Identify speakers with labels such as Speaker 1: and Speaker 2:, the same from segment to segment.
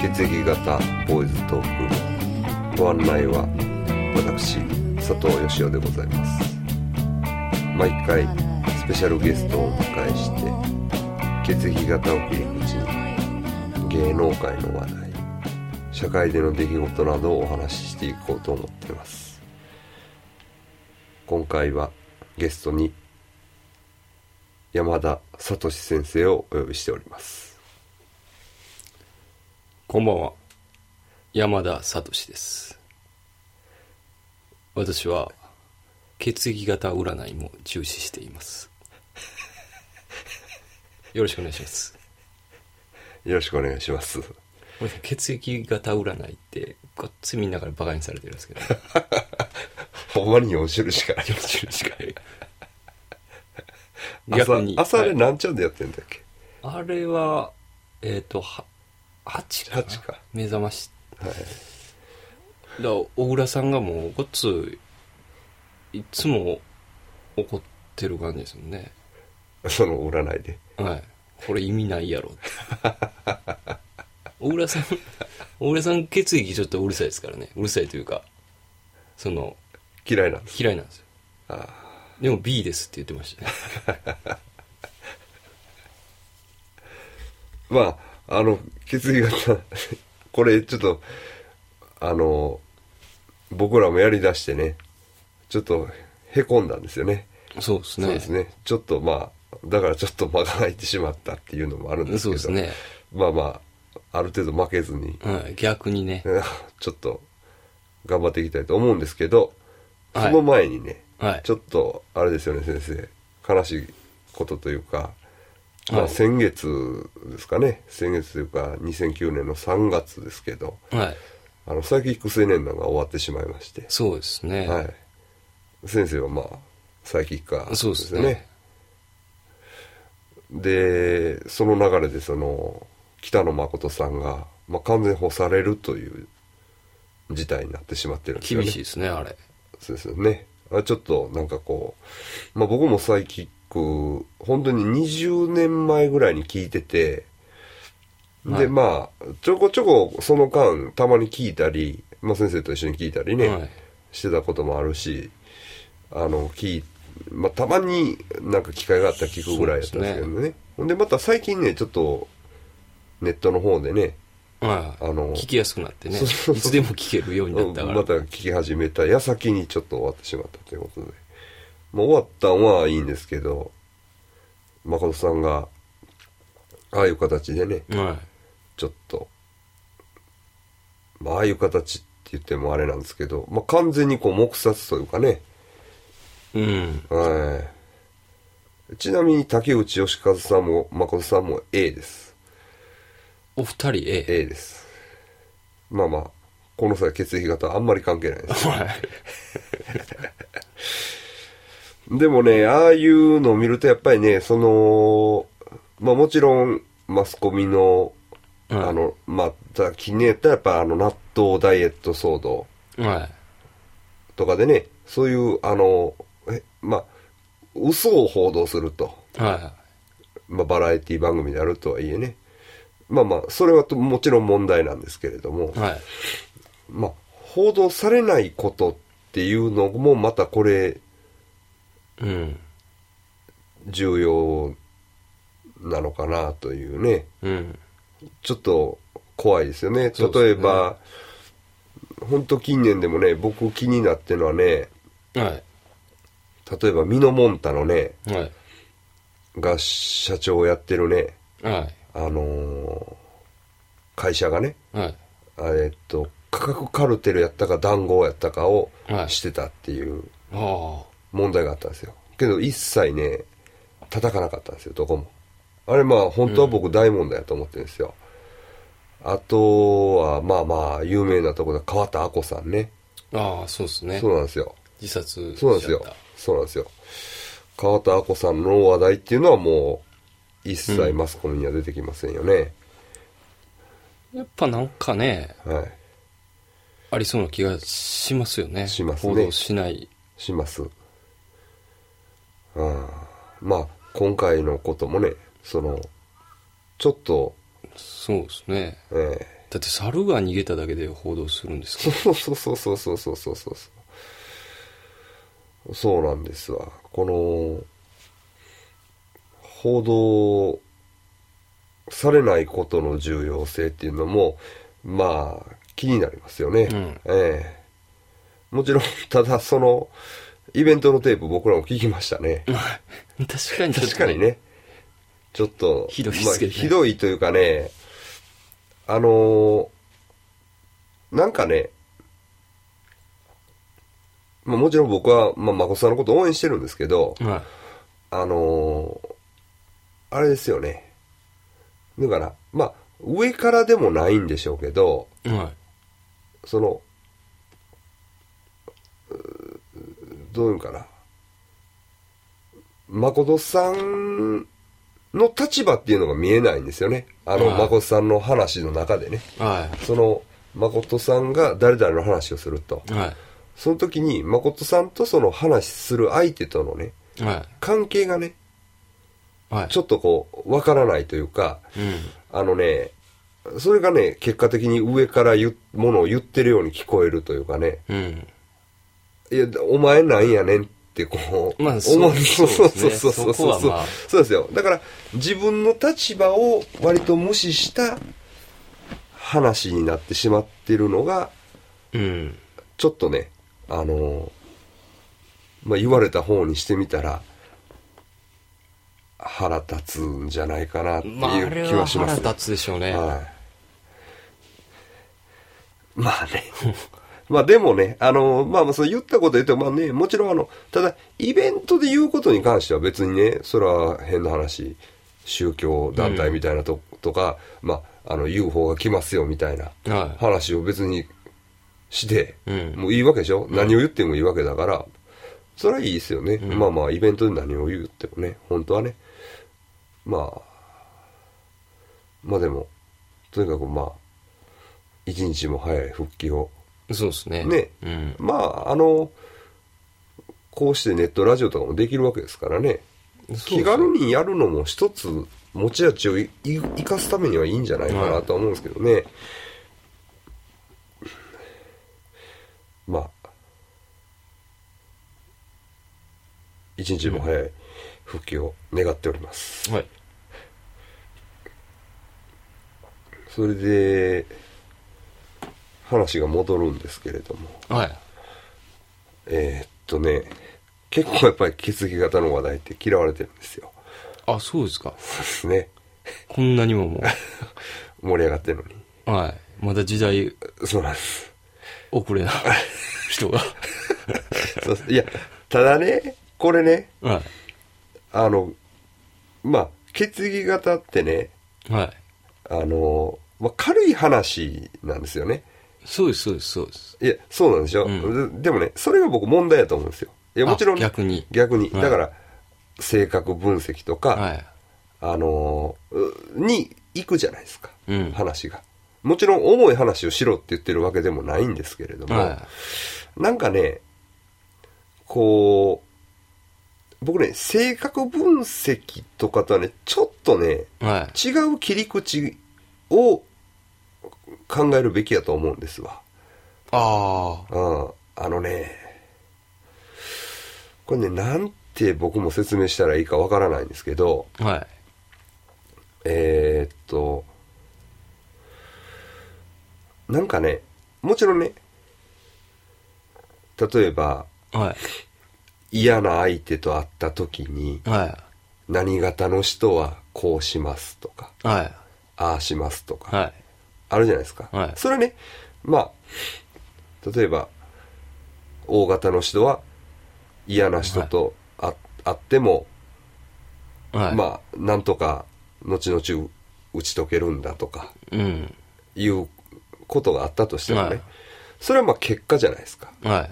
Speaker 1: 血液型ボーイズトークご案内は私佐藤義雄でございます毎回スペシャルゲストをお迎えして血液型を切り口に芸能界の話題社会での出来事などをお話ししていこうと思ってます今回はゲストに山田聡先生をお呼びしております
Speaker 2: こんばんは。山田聡です。私は、血液型占いも重視しています。よろしくお願いします。
Speaker 1: よろしくお願いします
Speaker 2: これ血液型占いって、ごっついみんなからバカにされてるんですけど、よ
Speaker 1: ほんまに4種類しかない
Speaker 2: ろしくお願い
Speaker 1: 朝
Speaker 2: 逆 に
Speaker 1: 朝あれ
Speaker 2: はい
Speaker 1: 何ちゃんでやってんだっけ、
Speaker 2: あれは、えっ、と、は、8かな。
Speaker 1: 8か
Speaker 2: 目覚まし。
Speaker 1: はい
Speaker 2: だから小倉さんがもう、ごっつい、いつも怒ってる感じですもんね。
Speaker 1: その占いで
Speaker 2: はい。これ意味な いやろって。小倉さん、小倉さん血液ちょっとうるさいですからね。うるさいというか、その、
Speaker 1: 嫌いなんです
Speaker 2: 嫌いなんですよ。
Speaker 1: あ
Speaker 2: でも B ですって言ってましたね。
Speaker 1: ーまああの血液型 これちょっとあの僕らもやりだしてねちょっとへこんだんですよね
Speaker 2: そうですね。
Speaker 1: そうですねちょっとまあだからちょっと間が空いてしまったっていうのもあるんですけど
Speaker 2: そうですね。
Speaker 1: まあまあある程度負けずに
Speaker 2: はい。逆にね。
Speaker 1: うんちょっと頑張っていきたいと思うんですけど、
Speaker 2: はい
Speaker 1: その前にね、
Speaker 2: はい
Speaker 1: ちょっとあれですよね先生悲しいことというか、ま
Speaker 2: は
Speaker 1: あ、
Speaker 2: い
Speaker 1: 先月ですかね、先月というか2009年の3月ですけど
Speaker 2: はい。
Speaker 1: あのサイキック青年団が終わってしまいまして、
Speaker 2: そうですね。
Speaker 1: はい、先生はまあサイキックか
Speaker 2: そうですね。
Speaker 1: でその流れでその北野誠さんが、まあ、完全干されるという事態になってしまってるんですよね
Speaker 2: 厳しいですね、あれ。
Speaker 1: そうですよねあちょっとなんかこう、まあ、僕もサイキック本当に20年前ぐらいに聞いててで、
Speaker 2: はい
Speaker 1: まあちょこちょこその間たまに聞いたり、まあ、先生と一緒に聞いたりね、
Speaker 2: はい
Speaker 1: してたこともあるしあの聞いまあ、たまになんか機会があったら聞くぐらいやったんですけど
Speaker 2: そう
Speaker 1: ねほんでまた最近ねちょっとネットの方でね
Speaker 2: はい。
Speaker 1: あの
Speaker 2: 聞きやすくなってね。い
Speaker 1: そうそうそう
Speaker 2: つでも聞けるようになったから。
Speaker 1: また聞き始めた矢先にちょっと終わってしまったということで、まあ、終わったんはいいんですけど誠さんがああいう形でね
Speaker 2: は
Speaker 1: ちょっと、まあ、ああいう形って言ってもあれなんですけど、まあ、完全にこう黙殺というかね
Speaker 2: い。うん。
Speaker 1: はいちなみに竹内義和さんも誠さんも A です
Speaker 2: お二人 A。
Speaker 1: A ですまあまあこの際血液型はあんまり関係ないです
Speaker 2: はい。
Speaker 1: でもね、ああいうのを見るとやっぱりね、その、まあもちろんマスコミの、
Speaker 2: はい
Speaker 1: あの、また気に入ったらやっぱあの納豆ダイエット騒動
Speaker 2: はい。
Speaker 1: とかでね、そういうあの、えまあ、嘘を報道すると、
Speaker 2: は
Speaker 1: まあバラエティ番組であるとはいえね、まあまあ、それはともちろん問題なんですけれども
Speaker 2: い。、はい。
Speaker 1: まあ、報道されないことっていうのもまたこれ、
Speaker 2: うん。
Speaker 1: 重要なのかなというね
Speaker 2: うん。
Speaker 1: ちょっと怖いですよね
Speaker 2: そうですね
Speaker 1: 例えば本当近年でもね僕気になってるのはね
Speaker 2: は
Speaker 1: 例えばミノモンタのね
Speaker 2: い。はい。
Speaker 1: が社長をやってるね
Speaker 2: は
Speaker 1: あのー会社がね
Speaker 2: い。はい。
Speaker 1: あえっと価格カルテルやったか談合やったかを
Speaker 2: はい
Speaker 1: してたっていう
Speaker 2: あ
Speaker 1: 問題があったんですよけど一切ね叩かなかったんですよどこもあれまあ本当は僕大問題だと思ってるんですよ、あとはまあまあ有名なところで川田亜子さんね
Speaker 2: あ。ああ、そうですね
Speaker 1: そ。うなんですよ
Speaker 2: 自殺しち
Speaker 1: そうなんです
Speaker 2: ゃっ
Speaker 1: よ
Speaker 2: た。
Speaker 1: そうなんですよ川田亜子さんの話題っていうのはもう一切マスコミには出てきませんよね、
Speaker 2: やっぱなんかね、
Speaker 1: はい
Speaker 2: ありそうな気がしますよね。
Speaker 1: しますね
Speaker 2: 報道しない。
Speaker 1: しますうんまあ今回のこともねそのちょっと
Speaker 2: そうですね。
Speaker 1: ええ
Speaker 2: だって猿が逃げただけで報道するんですか
Speaker 1: そうそうそうそうそうそうそうそうそうそうなんですわこの報道されないことの重要性っていうのもまあ気になりますよね、
Speaker 2: うん
Speaker 1: ええもちろんただそのイベントのテープ僕らも聞きましたね
Speaker 2: 確かに
Speaker 1: 確かにねちょっと
Speaker 2: ひどいっすけどね
Speaker 1: まあひどいというかねあのなんかね、まあ、もちろん僕は、まあ、誠さんのこと応援してるんですけど、
Speaker 2: は
Speaker 1: あのーあれですよね。だから、まあ、上からでもないんでしょうけど、
Speaker 2: いは
Speaker 1: その、うーどういうんかな。誠さんの立場っていうのが見えないんですよね。あの、
Speaker 2: はい
Speaker 1: 誠さんの話の中でね。
Speaker 2: いは
Speaker 1: その、誠さんが誰々の話をすると
Speaker 2: い。は
Speaker 1: その時に、誠さんとその話する相手とのね、
Speaker 2: いは
Speaker 1: 関係がね、
Speaker 2: いはい
Speaker 1: ちょっとこう、わからないというか、
Speaker 2: うん
Speaker 1: あのね、それがね、結果的に上から言うものを言ってるように聞こえるというかね、
Speaker 2: うん
Speaker 1: いや、お前なんやねんってこう、
Speaker 2: まあ
Speaker 1: 思
Speaker 2: そう
Speaker 1: そう
Speaker 2: そ
Speaker 1: そう
Speaker 2: うです
Speaker 1: そう
Speaker 2: ね
Speaker 1: そう
Speaker 2: そこ
Speaker 1: そう
Speaker 2: は
Speaker 1: そう、
Speaker 2: まあ
Speaker 1: そうですよ。だから、自分の立場を割と無視した話になってしまってるのが、
Speaker 2: うん
Speaker 1: ちょっとね、あの、まあ、言われた方にしてみたら、腹立つんじゃないかなってい
Speaker 2: まああれ
Speaker 1: う気
Speaker 2: は
Speaker 1: はしま
Speaker 2: 腹
Speaker 1: す、
Speaker 2: 立つでしょうね
Speaker 1: はい。まあね。 まあでもね、あの、まあまあそう言ったこと言っても、まあね、もちろんあの、ただ、イベントで言うことに関しては別にね、それは変な話、宗教団体みたいなと,、とか、まあ、あの、UFO が来ますよみたいな
Speaker 2: はい
Speaker 1: 話を別にして、
Speaker 2: うん
Speaker 1: もういいわけでしょ何を言ってもいいわけだから、それはいいですよね。まあまあ、イベントで何を言ってもね、本当はね。まあ、まあでも、とにかくまあ、一日も早い復帰を。
Speaker 2: そうですね
Speaker 1: ね
Speaker 2: うん
Speaker 1: まあ、あの、こうしてネットラジオとかもできるわけですからね。
Speaker 2: そう
Speaker 1: 気
Speaker 2: です
Speaker 1: 軽
Speaker 2: ね
Speaker 1: にやるのも一つ持ち味をいい生かすためにはいいんじゃないかなとは思うんですけどね。まあ、一日も早い復帰を願っております。
Speaker 2: はい
Speaker 1: それで、話が戻るんですけれども、
Speaker 2: はい
Speaker 1: えーっとね、結構やっぱり血液型の話題って嫌われてるん ですよ。
Speaker 2: あそうで すか
Speaker 1: そうですね。
Speaker 2: こんなにもも
Speaker 1: 盛り上がってるのに。
Speaker 2: うはいまだ時代
Speaker 1: そうなんです。
Speaker 2: 遅れな人が
Speaker 1: そうですいや、ただね、これね、
Speaker 2: は
Speaker 1: あの、まあ、血液型ってね、
Speaker 2: いはい
Speaker 1: あの、まあ、軽い話なんですよね。
Speaker 2: そうですそうですそうです
Speaker 1: いや、そうなんでしょ、
Speaker 2: うん
Speaker 1: ででもね、それが僕問題だと思うんですよ。いや、もちろん、
Speaker 2: あ逆に
Speaker 1: 逆に。
Speaker 2: はい
Speaker 1: だから、性格分析とか、
Speaker 2: はい
Speaker 1: あのーうに行くじゃないですか、
Speaker 2: うん
Speaker 1: 話が。もちろん重い話をしろって言ってるわけでもないんですけれども、
Speaker 2: は
Speaker 1: なんかね、こう、僕ね、性格分析とかとはね、ちょっとね、
Speaker 2: いは
Speaker 1: 違う切り口を考えるべきやと思うんですわ。
Speaker 2: いああ
Speaker 1: うん。あのね、これね、なんて僕も説明したらいいかわからないんですけど、
Speaker 2: はい。
Speaker 1: えーっと、なんかね、もちろんね、例えば
Speaker 2: は
Speaker 1: 嫌な相手と会った時に
Speaker 2: い。は
Speaker 1: 何型の人はこうしますとか、
Speaker 2: い。はい。
Speaker 1: ああしますとか、
Speaker 2: はい。
Speaker 1: あるじゃないですか。
Speaker 2: はい
Speaker 1: それはね、まあ、例えば、大型の人は嫌な人とあ会っても、
Speaker 2: はい。あ。
Speaker 1: まあ、なんとか後々打ち解けるんだとか、
Speaker 2: うん。
Speaker 1: いうことがあったとしてもね、
Speaker 2: はい
Speaker 1: それはまあ結果じゃないですか。
Speaker 2: は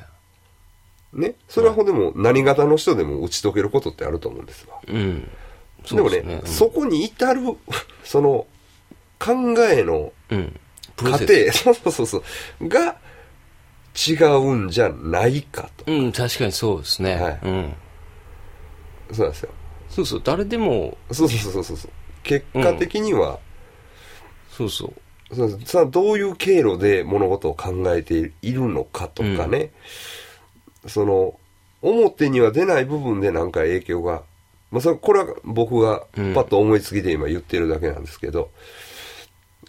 Speaker 1: ね。それはほんでも何型の人でも打ち解けることってあると思うんですわ。
Speaker 2: い。うん。
Speaker 1: でもね、そこに至る、 その、考えの
Speaker 2: うん。うん。プ
Speaker 1: 過
Speaker 2: ロ
Speaker 1: 程
Speaker 2: セ、
Speaker 1: そうそうそうそう、が違うんじゃないかと
Speaker 2: ス。。うん、確かにそうですね。
Speaker 1: はい
Speaker 2: うん。
Speaker 1: そうなんですよ。
Speaker 2: そうそう、誰でも、
Speaker 1: そうそうそうそうそう。結果的には、
Speaker 2: そうそう。
Speaker 1: そうそうさあどういう経路で物事を考えているのかとかね、その表には出ない部分でなんか影響が、まあ、それこれは僕がパッと思いつきで今言ってるだけなんですけど、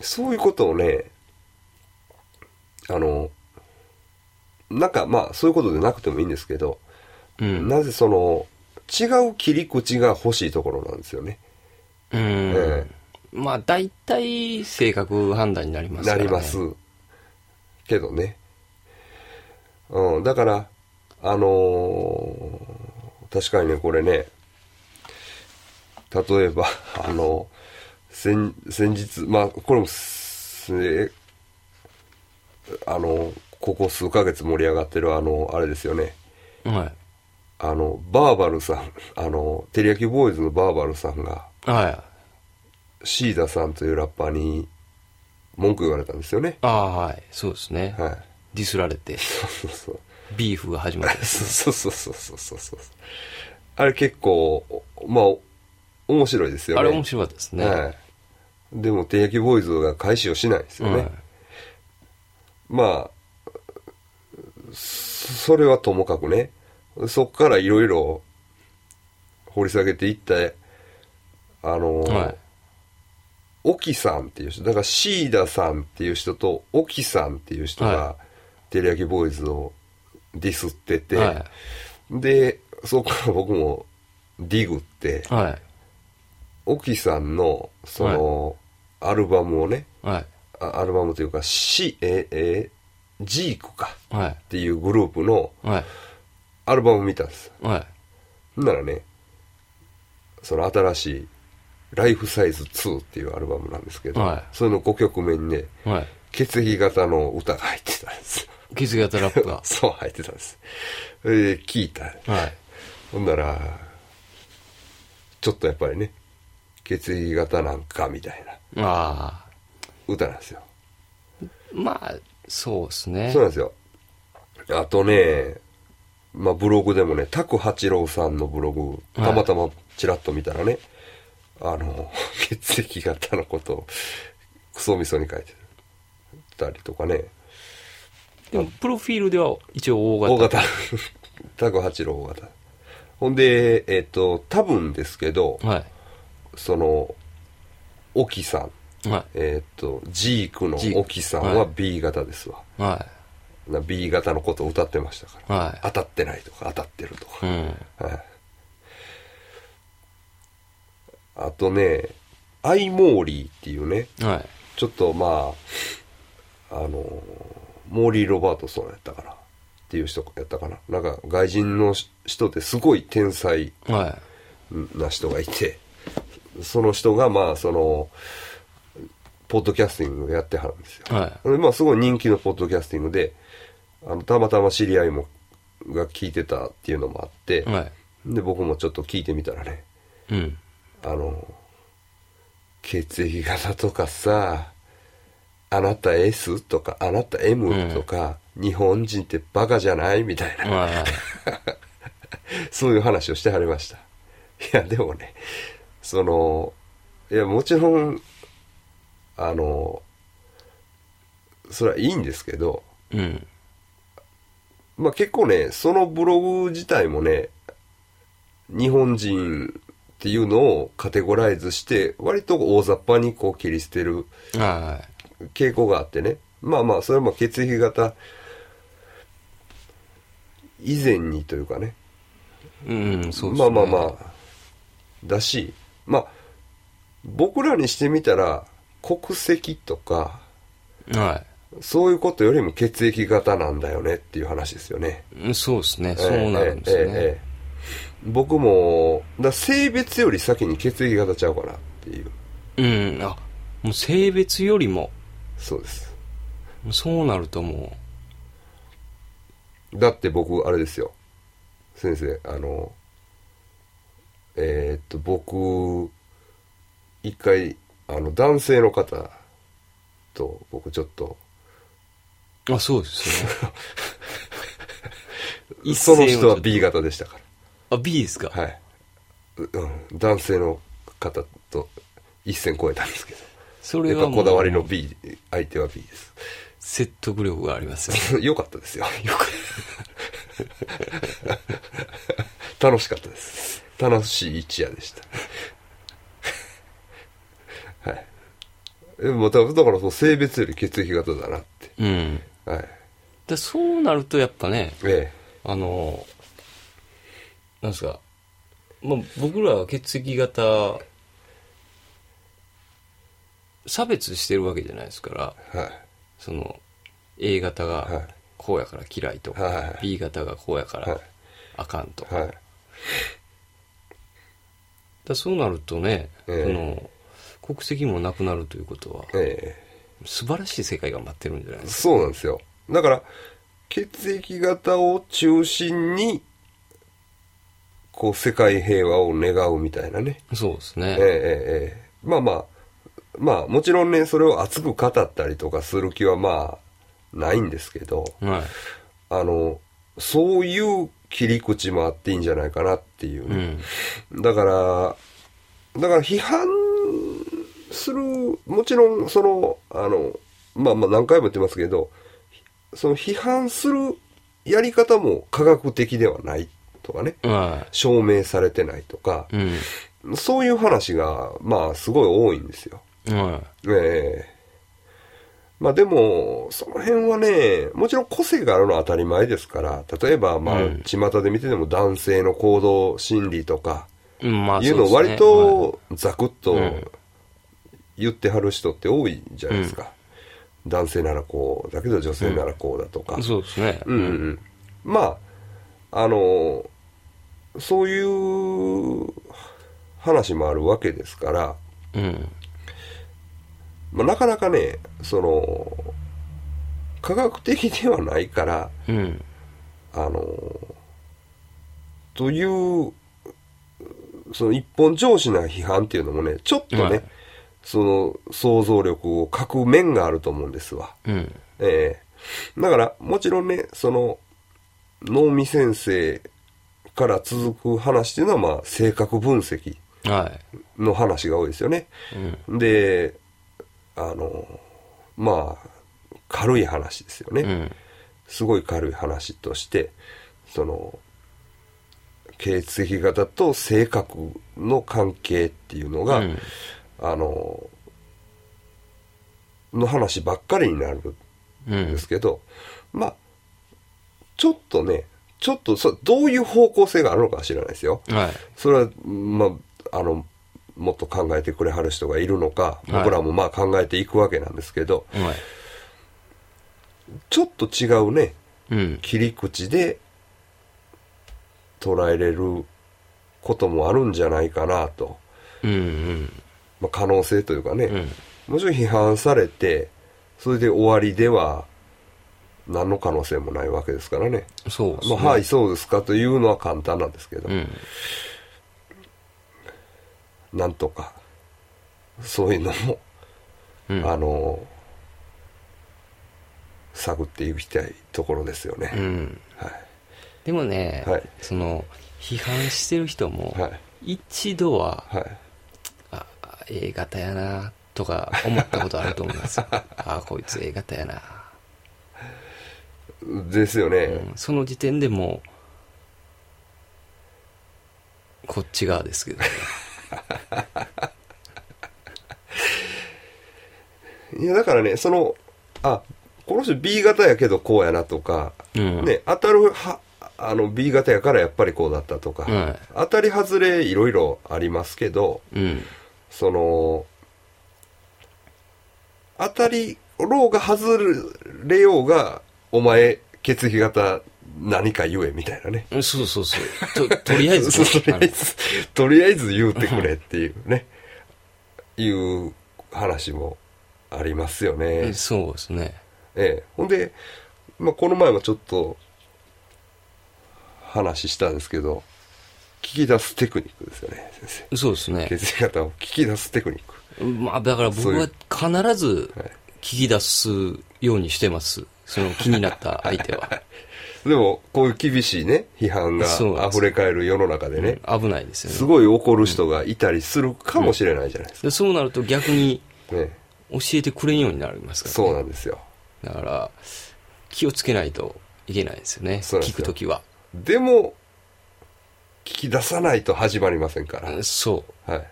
Speaker 1: そういうことをねあのなんかまあそういうことでなくてもいいんですけど、
Speaker 2: うん。
Speaker 1: なぜその違う切り口が欲しいところなんですよね。
Speaker 2: うん。
Speaker 1: え
Speaker 2: まあ、大体、性格判断になりますか
Speaker 1: な
Speaker 2: ら、ね。
Speaker 1: ります。けどね。うん、だから、あのー確かにね、これね、例えば、 あの先、先日、まあ、これもす、えあの、ここ数ヶ月盛り上がってる、あの、あれですよね。
Speaker 2: は
Speaker 1: あの、バーバルさん、 あの、テリヤキボーイズのバーバルさんが、
Speaker 2: い。はい。
Speaker 1: シーダさんというラッパーに文句言われたんですよね。
Speaker 2: ああ、はい。そうですね。
Speaker 1: はい。
Speaker 2: ディスられて、
Speaker 1: そうそう。
Speaker 2: ビーフが始まって。
Speaker 1: そうそうそうそうそうそう。あれ結構、まあ、面白い ですよ
Speaker 2: あ
Speaker 1: ね。
Speaker 2: れ面白かったですね。
Speaker 1: はい。でも、手焼きボーイズが返しをしないですよね。
Speaker 2: はい
Speaker 1: まあ、そそれはともかくね、そこからいろいろ掘り下げていって、あの、
Speaker 2: はい。
Speaker 1: オキさんっていう人、だからシーダさんっていう人とオキさんっていう人が
Speaker 2: は、
Speaker 1: テリヤキボーイズをディスってて、
Speaker 2: は
Speaker 1: で、そこから僕もディグって、
Speaker 2: い。はい。
Speaker 1: オキさんの、その、アルバムをね、
Speaker 2: はい。
Speaker 1: あアルバムというか、シ、え、え、ジークか
Speaker 2: はい
Speaker 1: っ。ていうグループの
Speaker 2: はい。
Speaker 1: アルバムを見たんです。
Speaker 2: はい。
Speaker 1: ほんならね、その新しい、ライフサイズ2っていうアルバムなんですけど、
Speaker 2: はい
Speaker 1: それの5曲目にね、
Speaker 2: はい。
Speaker 1: 血液型の歌が入ってたんです。。
Speaker 2: キズ型ラップが
Speaker 1: そう入ってたんです。えー、聞いた。
Speaker 2: はい。
Speaker 1: ほんなら、ちょっとやっぱりね、血液型なんかみたいな
Speaker 2: ああ。
Speaker 1: 歌なんですよ。
Speaker 2: まあ、そうですね。
Speaker 1: そうなんですよ。あとね、まあブログでもね、拓八郎さんのブログ、たまたまチラッと見たらね、あの、 血液型のことをクソみそに書いてたりとかね、
Speaker 2: でも、プロフィールでは一応大型。
Speaker 1: 大型。 タグ八郎大型。ほんで、えっ、と、多分ですけど、
Speaker 2: は
Speaker 1: その、オキさん、
Speaker 2: い。は
Speaker 1: えっ、と、ジークの
Speaker 2: ジーク
Speaker 1: オキさん
Speaker 2: は
Speaker 1: はい B 型ですわ。
Speaker 2: い。は
Speaker 1: な B 型のことを歌ってましたから。
Speaker 2: い。は
Speaker 1: 当たってないとか、当たってると
Speaker 2: い。う
Speaker 1: か。
Speaker 2: ん。
Speaker 1: はいあとね、アイモーリーっていうね、
Speaker 2: はい。
Speaker 1: ちょっとまあ、あのモーリー・ロバートソンやったかなっていう人やったかな。なんか外人のし人ってすごい天才
Speaker 2: は
Speaker 1: な人がいて、その人がまあその、ポッドキャスティングをやってはるんですよ
Speaker 2: い。。は
Speaker 1: でまあすごい人気のポッドキャスティングで、あのたまたま知り合いもが聞いてたっていうのもあって、
Speaker 2: い。は
Speaker 1: で僕もちょっと聞いてみたらね、
Speaker 2: い。うん。
Speaker 1: あの、血液型とかさ、あなた S とか、あなた M とか、日本人ってバカじゃないみたいな、
Speaker 2: はい。
Speaker 1: そういう話をしてはりました。いや、でもね、その、いや、もちろん、あの、それはいいんですけど、
Speaker 2: うん。
Speaker 1: まあ結構ね、そのブログ自体もね、日本人っていうのをカテゴライズして、割と大雑把にこう切り捨てる
Speaker 2: は
Speaker 1: 傾向があってね。まあまあ、それも血液型以前にというかね。
Speaker 2: い。うん、そうです
Speaker 1: まあ
Speaker 2: ね。
Speaker 1: まあまあ、だし、まあ、僕らにしてみたら、国籍とか、
Speaker 2: あ。はい。
Speaker 1: そういうことよりも血液型なんだよねっていう話ですよね。
Speaker 2: うんそうですね。そうなるんで
Speaker 1: え
Speaker 2: す
Speaker 1: ええええ
Speaker 2: ね。
Speaker 1: え僕もだ性別より先に血液型ちゃうかなっていう
Speaker 2: うん。あ、もう性別よりも、
Speaker 1: そうです
Speaker 2: そうなるとも
Speaker 1: だって僕あれですよ先生あのえーっと僕一回あの男性の方と僕ちょっと
Speaker 2: う、あ、そうですよね。一
Speaker 1: その人は
Speaker 2: 世をちょっと
Speaker 1: B 型でしたか
Speaker 2: あ、B ですか。
Speaker 1: らはい、ううん、男性の方と一線超えたんですけど
Speaker 2: それ
Speaker 1: やっ
Speaker 2: は
Speaker 1: ぱ
Speaker 2: も
Speaker 1: こだわり
Speaker 2: う
Speaker 1: の B 相手は B です
Speaker 2: 説得力があります ね。
Speaker 1: よかったですよ
Speaker 2: よく、
Speaker 1: 楽しかったです楽しい一夜でしたはいでもだだからそう性別より血液型だなって
Speaker 2: うん。
Speaker 1: はい
Speaker 2: でそうなるとやっぱね、
Speaker 1: え
Speaker 2: あの、なんですか、まあ、僕らは血液型、差別してるわけじゃないですから、
Speaker 1: えは
Speaker 2: その、A 型
Speaker 1: は
Speaker 2: が
Speaker 1: い
Speaker 2: こうやから嫌いとか、
Speaker 1: はい
Speaker 2: B 型がこうやか
Speaker 1: は
Speaker 2: ら
Speaker 1: い
Speaker 2: あかんとか。
Speaker 1: いはい
Speaker 2: だそうなるとね、
Speaker 1: ええ
Speaker 2: その、国籍もなくなるということは、
Speaker 1: え
Speaker 2: 素晴らしい世界が待ってるんじゃない
Speaker 1: え
Speaker 2: ですか。
Speaker 1: そうなんですよだから血液型を中心にこう世界平和を願うみたいなね
Speaker 2: そうです
Speaker 1: え
Speaker 2: ね。
Speaker 1: えええええまあまあまあもちろんねそれを熱く語ったりとかする気はまあないんですけど
Speaker 2: はい。
Speaker 1: あのそういう切り口もあっていいんじゃないかなっていう
Speaker 2: う
Speaker 1: ね、
Speaker 2: ん。
Speaker 1: だからだから批判するもちろんそのあのまあまあ何回も言ってますけどその批判するやり方も科学的ではないとかね
Speaker 2: は
Speaker 1: 証明されてないとか
Speaker 2: い。、うん。
Speaker 1: そういう話がまあすごい多いんですよ。
Speaker 2: は
Speaker 1: ええまあでも、その辺はね、もちろん個性があるのは当たり前ですから、例えば、まあ、
Speaker 2: うん
Speaker 1: 巷で見てても男性の行動心理とか、
Speaker 2: い。うんまあ、
Speaker 1: い
Speaker 2: そううで
Speaker 1: の
Speaker 2: すね
Speaker 1: 割、
Speaker 2: はい
Speaker 1: とザクッと
Speaker 2: うん
Speaker 1: 言ってはる人って多いじゃないですか。男性ならこう、だけど女性ならこうだとか。
Speaker 2: そうですね。
Speaker 1: うんうんうん、まああのそういう話もあるわけですから、
Speaker 2: うん。
Speaker 1: まあ、なかなかねその科学的ではないから
Speaker 2: うん。
Speaker 1: あのというその一本上司な批判っていうのもねちょっとね、
Speaker 2: はい
Speaker 1: その想像力を欠く面があると思うんですわ。
Speaker 2: うん。
Speaker 1: ええだから、もちろんね、その、能見先生から続く話っていうのは、まあ、性格分析
Speaker 2: は
Speaker 1: の話が多いですよね。
Speaker 2: い。うん。
Speaker 1: で、あの、まあ、軽い話ですよね。
Speaker 2: うん。
Speaker 1: すごい軽い話として、その、血液型と性格の関係っていうのが、
Speaker 2: うん
Speaker 1: あの、の話ばっかりになる
Speaker 2: う
Speaker 1: で
Speaker 2: ん。
Speaker 1: すけど、まあ、ちょっとね、ちょっとそどういう方向性があるのかは知らないですよ。
Speaker 2: はい。
Speaker 1: それは、まあ、あの、もっと考えてくれはる人がいるのか、
Speaker 2: はい
Speaker 1: 僕らもまあ考えていくわけなんですけど、
Speaker 2: はい。
Speaker 1: ちょっと違うね、
Speaker 2: うん。
Speaker 1: 切り口で捉えれることもあるんじゃないかなと。
Speaker 2: うん。うん。
Speaker 1: まあ、可能性というかね、
Speaker 2: うん
Speaker 1: もちろん批判されて、それで終わりでは、何の可能性もないわけですからね。
Speaker 2: そうです
Speaker 1: ま
Speaker 2: ね。
Speaker 1: あ、はい、そうですかというのは簡単なんですけど、
Speaker 2: うん。
Speaker 1: なんとか、そういうのも、
Speaker 2: うん。
Speaker 1: あの、探っていきたいところですよね。
Speaker 2: うん。
Speaker 1: はい。
Speaker 2: でもね、
Speaker 1: はい
Speaker 2: その、批判してる人も、
Speaker 1: はい。
Speaker 2: 一度は、
Speaker 1: はい。
Speaker 2: あ、A 型やな、とか思ったことあると思います よ。あ、こいつ A 型やな。
Speaker 1: ですよね。
Speaker 2: うん、その時点でもう、こっち側ですけどね。
Speaker 1: いや、だからね、その、あ、この人 B 型やけどこうやなとか、
Speaker 2: うん
Speaker 1: ね、当たるは、あの B 型やからやっぱりこうだったとか、
Speaker 2: はい
Speaker 1: 当たり外れいろいろありますけど、
Speaker 2: うん。
Speaker 1: その、当たりろうが外れようが、お前、血液型何か言えみたいなね。
Speaker 2: うんそうそ うそう。と、とりあえず、
Speaker 1: そうとりあえず、とりあえず言うてくれっていうね、いう話もありますよね。
Speaker 2: あのそうですね。
Speaker 1: ええ、ほんで、まあ、この前もちょっと話したんですけど聞き出すテクニックですよね先
Speaker 2: そうですね
Speaker 1: 生。血液型を聞き出すテクニック
Speaker 2: まあ、だから僕
Speaker 1: そうい
Speaker 2: は
Speaker 1: う
Speaker 2: 必ず
Speaker 1: はい
Speaker 2: 聞き出すようにしてます。その気になった相手は。
Speaker 1: でもこういう厳しいね批判が
Speaker 2: そうなんです
Speaker 1: 溢れ返る世の中でね、
Speaker 2: うん危ないですよ
Speaker 1: す
Speaker 2: ね
Speaker 1: ごい怒る人がいたりするかもしれないじゃないですか、
Speaker 2: で。そうなると逆に、
Speaker 1: ね
Speaker 2: 教えてくれんようになりますから、ね、
Speaker 1: そうなんですよ
Speaker 2: だから、気をつけないといけないですよね。
Speaker 1: そうなんですよ
Speaker 2: 聞くときは。
Speaker 1: でも聞き出さないと始まりませんから、
Speaker 2: そう。
Speaker 1: はい、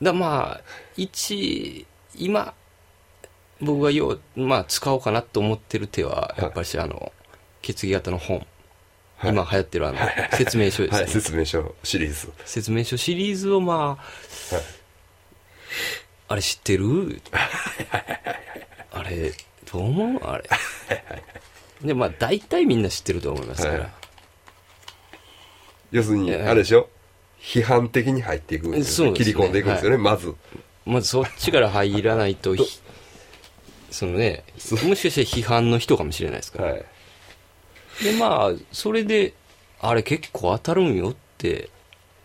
Speaker 2: だまあ、一、今、僕がよう、まあ、使おうかなと思ってる手は、
Speaker 1: い
Speaker 2: やっぱりし、あの、決議型の本。
Speaker 1: はい
Speaker 2: 今流行ってるあの、説明書です
Speaker 1: は
Speaker 2: ね、
Speaker 1: い、説明書シリーズ
Speaker 2: 説明書シリーズをまあ、
Speaker 1: はい
Speaker 2: あれ知ってるあれ、どう思うあれ。で、まあ、大体みんな知ってると思いますから。
Speaker 1: はい要するに
Speaker 2: ええ
Speaker 1: あれでしょ批判的に入っていくんですよね
Speaker 2: そうですね
Speaker 1: 切り込んでいくんですよね、まず
Speaker 2: まずそっちから入らないと、ひそのね、もしかして批判の人かもしれないですから。
Speaker 1: はい
Speaker 2: で、まあ、それで、あれ結構当たるんよって、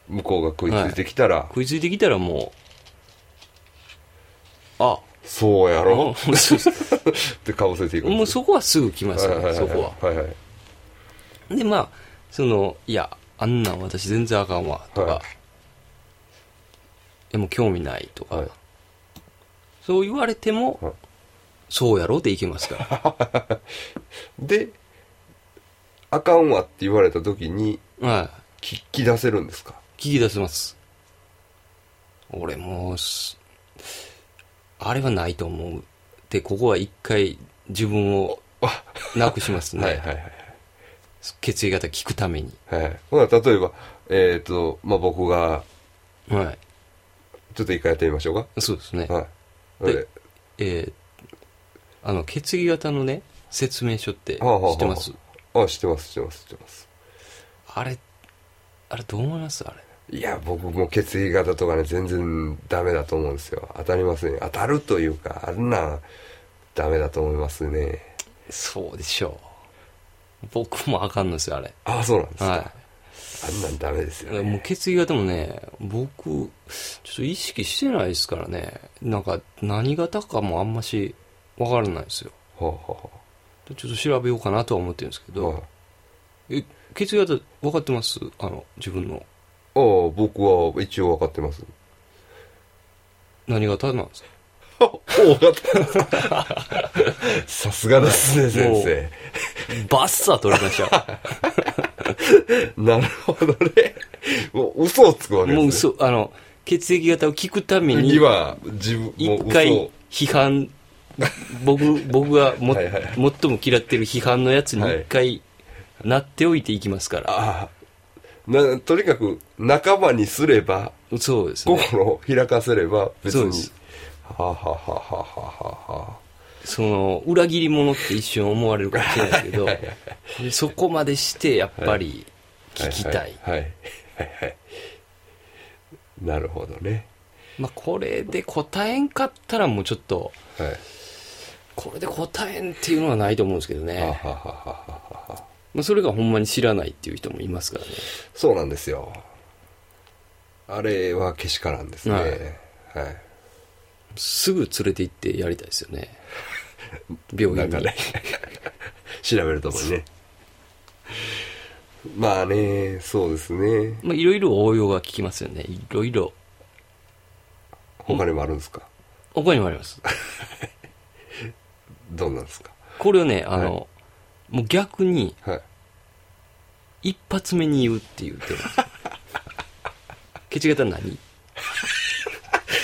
Speaker 1: 向こうが食いついてきたら、
Speaker 2: 食いついてきたらもう、あ、
Speaker 1: そうやろ
Speaker 2: もうそう
Speaker 1: ってかぶせていくん
Speaker 2: もう
Speaker 1: です
Speaker 2: そこはすぐ来ますよ
Speaker 1: はい
Speaker 2: ね、
Speaker 1: はい
Speaker 2: そこは。
Speaker 1: はいはい
Speaker 2: で、まあ、その、いや、あんなん私全然あかんわ、とか、
Speaker 1: はい
Speaker 2: でも興味ないとか、
Speaker 1: はい
Speaker 2: そう言われても、
Speaker 1: はい
Speaker 2: そうやろうでいけますから。
Speaker 1: であかんわって言われた時に
Speaker 2: はい。
Speaker 1: 聞き出せるんですか
Speaker 2: 聞き出せます。俺もうす、あれはないと思う。で、ここは一回自分をなくしますね。
Speaker 1: はいはいはい
Speaker 2: 血液型聞くために。
Speaker 1: はい。ほな、例えば、えっ、と、まあ、僕が、
Speaker 2: は
Speaker 1: ちょっと一回やってみましょう
Speaker 2: い。そうですね
Speaker 1: か。。はい。
Speaker 2: で
Speaker 1: で
Speaker 2: えーあの、血液型のね、説明書って知
Speaker 1: はあはあはあ
Speaker 2: ってます
Speaker 1: あ、知ってます、知ってます、知ってます。
Speaker 2: あれ、あれどう思いますあれ。
Speaker 1: いや、僕も血液型とかね、全然ダメだと思うんですよ。当たりません。当たるというか、あんなん、ダメだと思いますね。
Speaker 2: そうでしょう。僕もあかんのですよ、あれ。
Speaker 1: ああ、そうなんですか。
Speaker 2: はい。
Speaker 1: あんなんダメですよね。
Speaker 2: もう血液型もね、僕、ちょっと意識してないですからね、なんか何型かもあんましわからないですよ。
Speaker 1: はあ、は
Speaker 2: ちょっと調べようかなとは思ってるんですけ
Speaker 1: あ、
Speaker 2: ど、
Speaker 1: はあ。
Speaker 2: え血液型分かってますあの、自分の。
Speaker 1: ああ、僕は一応分かってます。
Speaker 2: 何型なんですか
Speaker 1: お分かってます。 さすがですね、先生。
Speaker 2: バッサー取れました。
Speaker 1: なるほどね。もう嘘をつくわけですね。
Speaker 2: もう嘘、あの、血液型を聞くため
Speaker 1: に
Speaker 2: に、
Speaker 1: は自分もう
Speaker 2: 一
Speaker 1: 嘘
Speaker 2: 回批判、僕、僕がも、
Speaker 1: はいはいはい
Speaker 2: 最も嫌ってる批判のやつに一回、なっておいていきますから。
Speaker 1: ああなとにかく仲間にすれば
Speaker 2: そうですね。
Speaker 1: 心を開かせれば別
Speaker 2: そうで
Speaker 1: に
Speaker 2: す
Speaker 1: はあはあはあはあはあは
Speaker 2: その裏切り者って一瞬思われるかもしれないけどそこまでしてやっぱり
Speaker 1: あ
Speaker 2: 聞きたい、
Speaker 1: はいはいはいはいはいなるほどね
Speaker 2: まあ、これで答えんかったらもうちょっと
Speaker 1: はい
Speaker 2: これで答えんっていうのはないと思うんですけど
Speaker 1: はあは
Speaker 2: ね、
Speaker 1: あはあはあはあ
Speaker 2: まあ、それがほんまに知らないっていう人もいますからね
Speaker 1: そうなんですよあれはけしからんですね
Speaker 2: は
Speaker 1: はいい、
Speaker 2: すぐ連れて行ってやりたいですよね病
Speaker 1: な
Speaker 2: 院
Speaker 1: んか
Speaker 2: に、
Speaker 1: ね 調べるとこにねまあねそうですね
Speaker 2: まあいろいろ応用が効きますよねいろいろ
Speaker 1: 他にもあるんですか、
Speaker 2: 他にもあります
Speaker 1: どうなんですか
Speaker 2: これをねあの、もう逆に
Speaker 1: はい
Speaker 2: 一発目に言うっていう手なん ですよケチ型何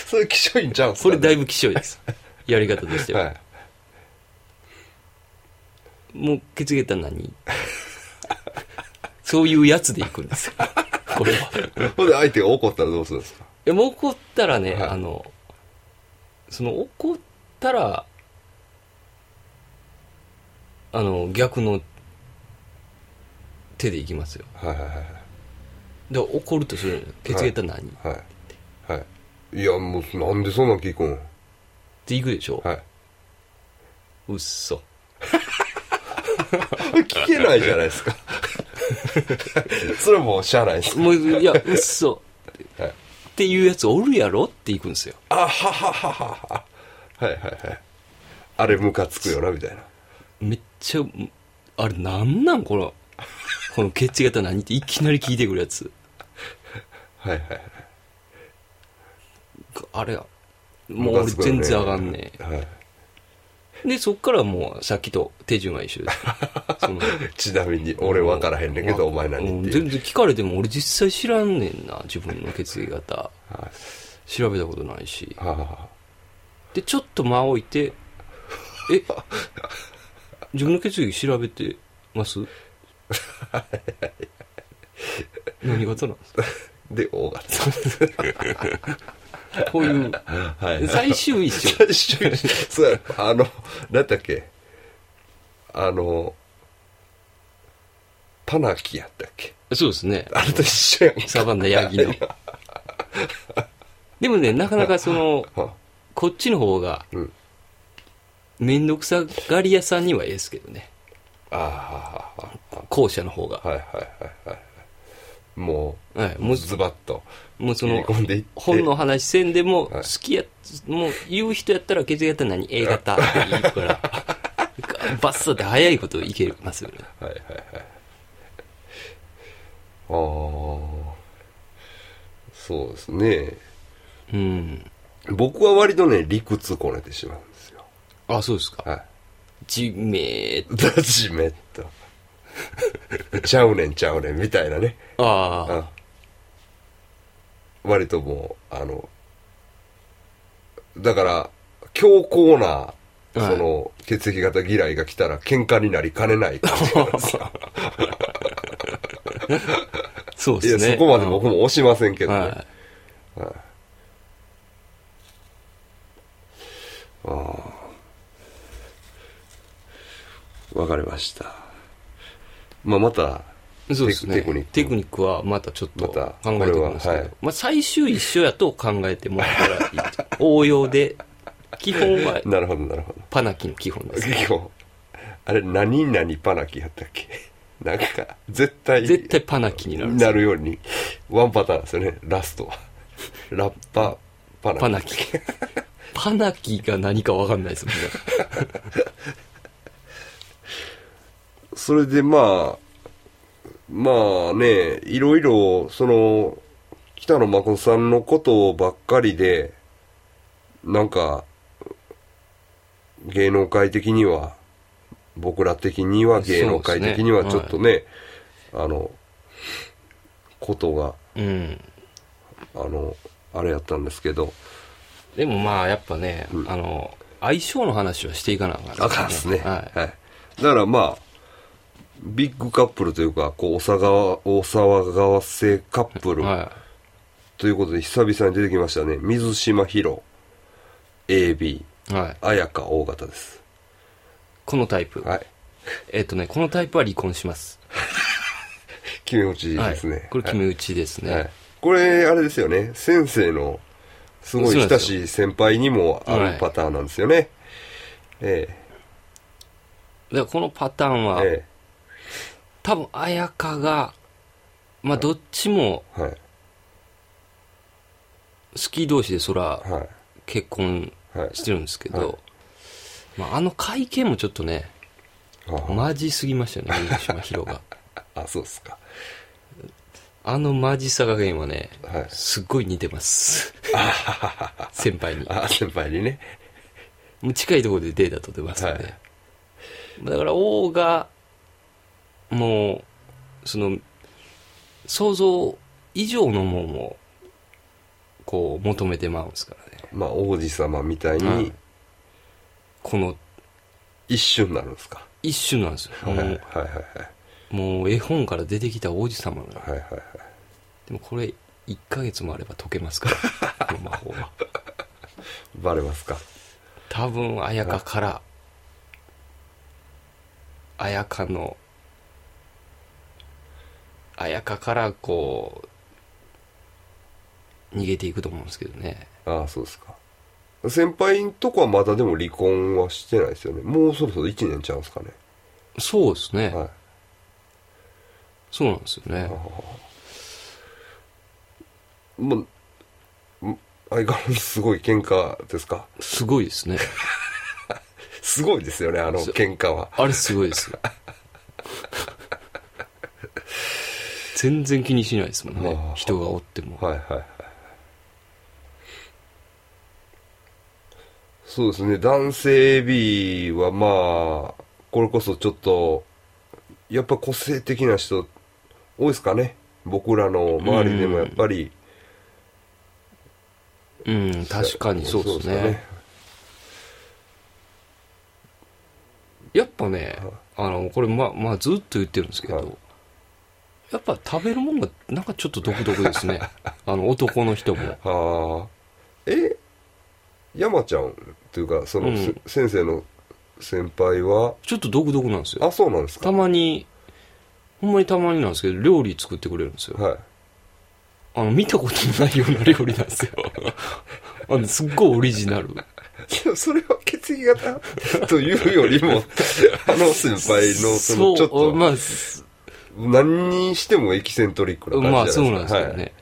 Speaker 1: それ気象院ちゃうんす
Speaker 2: これだい
Speaker 1: ぶ
Speaker 2: ぶ希少です。やり方としては。
Speaker 1: はい
Speaker 2: もう、血液型何そういうやつでいくんですよ。これは。い
Speaker 1: ほんで相手が怒ったらどうするんですか
Speaker 2: や、もう怒ったらね、
Speaker 1: はい
Speaker 2: あの、その怒ったら、あの、逆の手でいきますよ。
Speaker 1: はいはいはい
Speaker 2: で、怒るとするのよ。血液型何、っ
Speaker 1: はいはいいやもうなんでそんなん聞くん
Speaker 2: ていくでしょ、
Speaker 1: はい
Speaker 2: うっそ。
Speaker 1: 聞けないじゃないです かそれはもうしゃあないです
Speaker 2: もう、いや、うっそ。
Speaker 1: はい
Speaker 2: っていうやつおるやろっていくんですよ。
Speaker 1: あははははははいはいはいあれムカつくよなみたいな
Speaker 2: めっちゃあれなんなんこのこの血液型何っていきなり聞いてくるやつ
Speaker 1: はいはいはい
Speaker 2: あれもう俺全然あかんね
Speaker 1: はい、
Speaker 2: で、そっからもうさっきと手順は一 緒です。その
Speaker 1: ちなみに俺分からへんねんけど、お前何
Speaker 2: う
Speaker 1: って
Speaker 2: ん
Speaker 1: いう、
Speaker 2: 全然聞かれても俺実際知らんねんな、自分の血液型。
Speaker 1: はい
Speaker 2: 調べたことないし。
Speaker 1: は
Speaker 2: で、ちょっと間置いて、え、自分の血液調べてます何型なんですか
Speaker 1: あ、で大型
Speaker 2: こういう、
Speaker 1: はい
Speaker 2: 最終一緒。
Speaker 1: 最終そうやあの何だっけあのパナキやったっけ
Speaker 2: そうですね。
Speaker 1: あれと一緒やん
Speaker 2: サバンナヤギの。 でもね、なかなかその、
Speaker 1: は
Speaker 2: こっちの方が、
Speaker 1: うん
Speaker 2: めんどくさがり屋さんにはええですけどね。
Speaker 1: ああ
Speaker 2: 後者の方が。
Speaker 1: はいはいはいはいも
Speaker 2: はい。も
Speaker 1: う
Speaker 2: う、
Speaker 1: ズバッと
Speaker 2: もうそ
Speaker 1: 切り
Speaker 2: の、
Speaker 1: 込んでいって
Speaker 2: 本の話せんでも、
Speaker 1: はい
Speaker 2: 好きや、もう言う人やったら、血液型何 ?A 型って言うから、バッサって早いこといけますよね。
Speaker 1: はいはいはいああそうですね
Speaker 2: うん。
Speaker 1: 僕は割とね理屈こねてしまうんですよ
Speaker 2: あ、そうですか。
Speaker 1: はい
Speaker 2: じめー
Speaker 1: だじめっと ちゃうねんちゃうねんみたいなね
Speaker 2: ああ、
Speaker 1: あ割ともうあのだから強硬なその血液型嫌いが来たら喧嘩になりかねない感じなんですよ
Speaker 2: そう
Speaker 1: い
Speaker 2: で
Speaker 1: や
Speaker 2: すね。
Speaker 1: そこまで僕も押しませんけどね、
Speaker 2: はい。
Speaker 1: わかりましたまあまた
Speaker 2: そうですね。
Speaker 1: テクニック
Speaker 2: テクニックはまたちょっと
Speaker 1: また
Speaker 2: 考えておきます
Speaker 1: こ
Speaker 2: け
Speaker 1: れはは
Speaker 2: ど
Speaker 1: い。
Speaker 2: まあ最終一緒やと考えてもらったらいいと。応用で、基本は
Speaker 1: なるほどなるほど
Speaker 2: パナキの基本です。
Speaker 1: 結構あれ何々パナキやったっけ なんか絶対
Speaker 2: 絶対パナキになるんです
Speaker 1: なるようにワンパターンですよねラストはラッパパナキ
Speaker 2: パナキ。パナキが何かわかんないですもんね。
Speaker 1: それでまあまあねいろいろその北野誠さんのことばっかりでなんか芸能界的には僕ら的には芸能界的にはちょっとねあのことが
Speaker 2: うん。
Speaker 1: あのあれやったんですけど
Speaker 2: でもまあやっぱね、あの、相性の話はしていかなあかん
Speaker 1: あかんですね、は
Speaker 2: はい
Speaker 1: い。だからまあビッグカップルというかこうお騒がお騒がわせカップル、
Speaker 2: は
Speaker 1: ということで久々に出てきましたね水島ヒロ AB
Speaker 2: い。はい。
Speaker 1: 綾香大型です
Speaker 2: このタイプ。
Speaker 1: はい
Speaker 2: えっとね、このタイプは離婚します。
Speaker 1: 決め打ちですね、
Speaker 2: はい。これ決め打ちです
Speaker 1: はいはい。
Speaker 2: ね
Speaker 1: これあれですよね先生のすごい親しい先輩にもあるパターンなんですよね、え
Speaker 2: だからこのパターン
Speaker 1: え
Speaker 2: は、
Speaker 1: え
Speaker 2: 多分綾香がまあどっちも
Speaker 1: えはい
Speaker 2: 好き同士でそら
Speaker 1: は
Speaker 2: 結婚
Speaker 1: いはい
Speaker 2: してるんですけど、
Speaker 1: はい
Speaker 2: まあ、あの会見もちょっとね
Speaker 1: あ
Speaker 2: マジすぎましたよね水島ヒロが
Speaker 1: あそうっすか
Speaker 2: あのマジさ加減はね、
Speaker 1: はい
Speaker 2: すっごい似てます先輩に
Speaker 1: あ先輩にね
Speaker 2: もう近いところでデータ取ってますんで、
Speaker 1: はい
Speaker 2: だから王がもうその想像以上のもんをこう求めてまうんですからね
Speaker 1: まあ王子様みたい
Speaker 2: は
Speaker 1: に
Speaker 2: いこの
Speaker 1: 一瞬になるんですか、
Speaker 2: 一瞬なんですよ、
Speaker 1: はいはい
Speaker 2: も
Speaker 1: は
Speaker 2: う
Speaker 1: いはい
Speaker 2: もう絵本から出てきた王子様が
Speaker 1: はいはいはい
Speaker 2: でもこれ1ヶ月もあれば解けますから この魔法は
Speaker 1: バレますか
Speaker 2: 多分綾香から綾香の綾香からこう逃げていくと思うんですけどね
Speaker 1: ああそうですか先輩んとこはまだでも離婚はしてないですよねもうそろそろ1年ちゃうんですかね
Speaker 2: そうですね、
Speaker 1: はい
Speaker 2: そうなんですよね
Speaker 1: もううん相変わらずすごい喧嘩ですか
Speaker 2: すごいですね
Speaker 1: すごいですよねあの
Speaker 2: そう
Speaker 1: 喧嘩は
Speaker 2: あれすごい ですよ全然気にしないですもん
Speaker 1: はあは
Speaker 2: ね
Speaker 1: あ
Speaker 2: 人がおっても
Speaker 1: はいはいはいそうですね男性 AB はまあこれこそちょっとやっぱ個性的な人多いですかね僕らの周りでもやっぱり、
Speaker 2: うん、確かにそうですね
Speaker 1: っ
Speaker 2: やっぱね
Speaker 1: はい、
Speaker 2: あの、これ、ま、まあ、ずっと言ってるんですけど、
Speaker 1: はい
Speaker 2: やっぱ食べるもんが、なんかちょっと独特で すね。あの、男の人も。
Speaker 1: はあえ山ちゃんっていうかその、
Speaker 2: うん
Speaker 1: せ先生の先輩は
Speaker 2: ちょっと独特なんですよ。
Speaker 1: あそうなんです
Speaker 2: た
Speaker 1: か
Speaker 2: まに、ほんまにたまになんですけど、料理作ってくれるんですよ。
Speaker 1: はい
Speaker 2: あの、見たことのないような料理なんです よ。あの、すっごいオリジナル。
Speaker 1: いやそれは血液型 というより もあの先輩のそのちょっ
Speaker 2: そう
Speaker 1: と
Speaker 2: まあ、す
Speaker 1: 何にしてもエキセントリックな感じじゃ
Speaker 2: ま
Speaker 1: ない
Speaker 2: あ、
Speaker 1: です
Speaker 2: そ
Speaker 1: か
Speaker 2: うなんです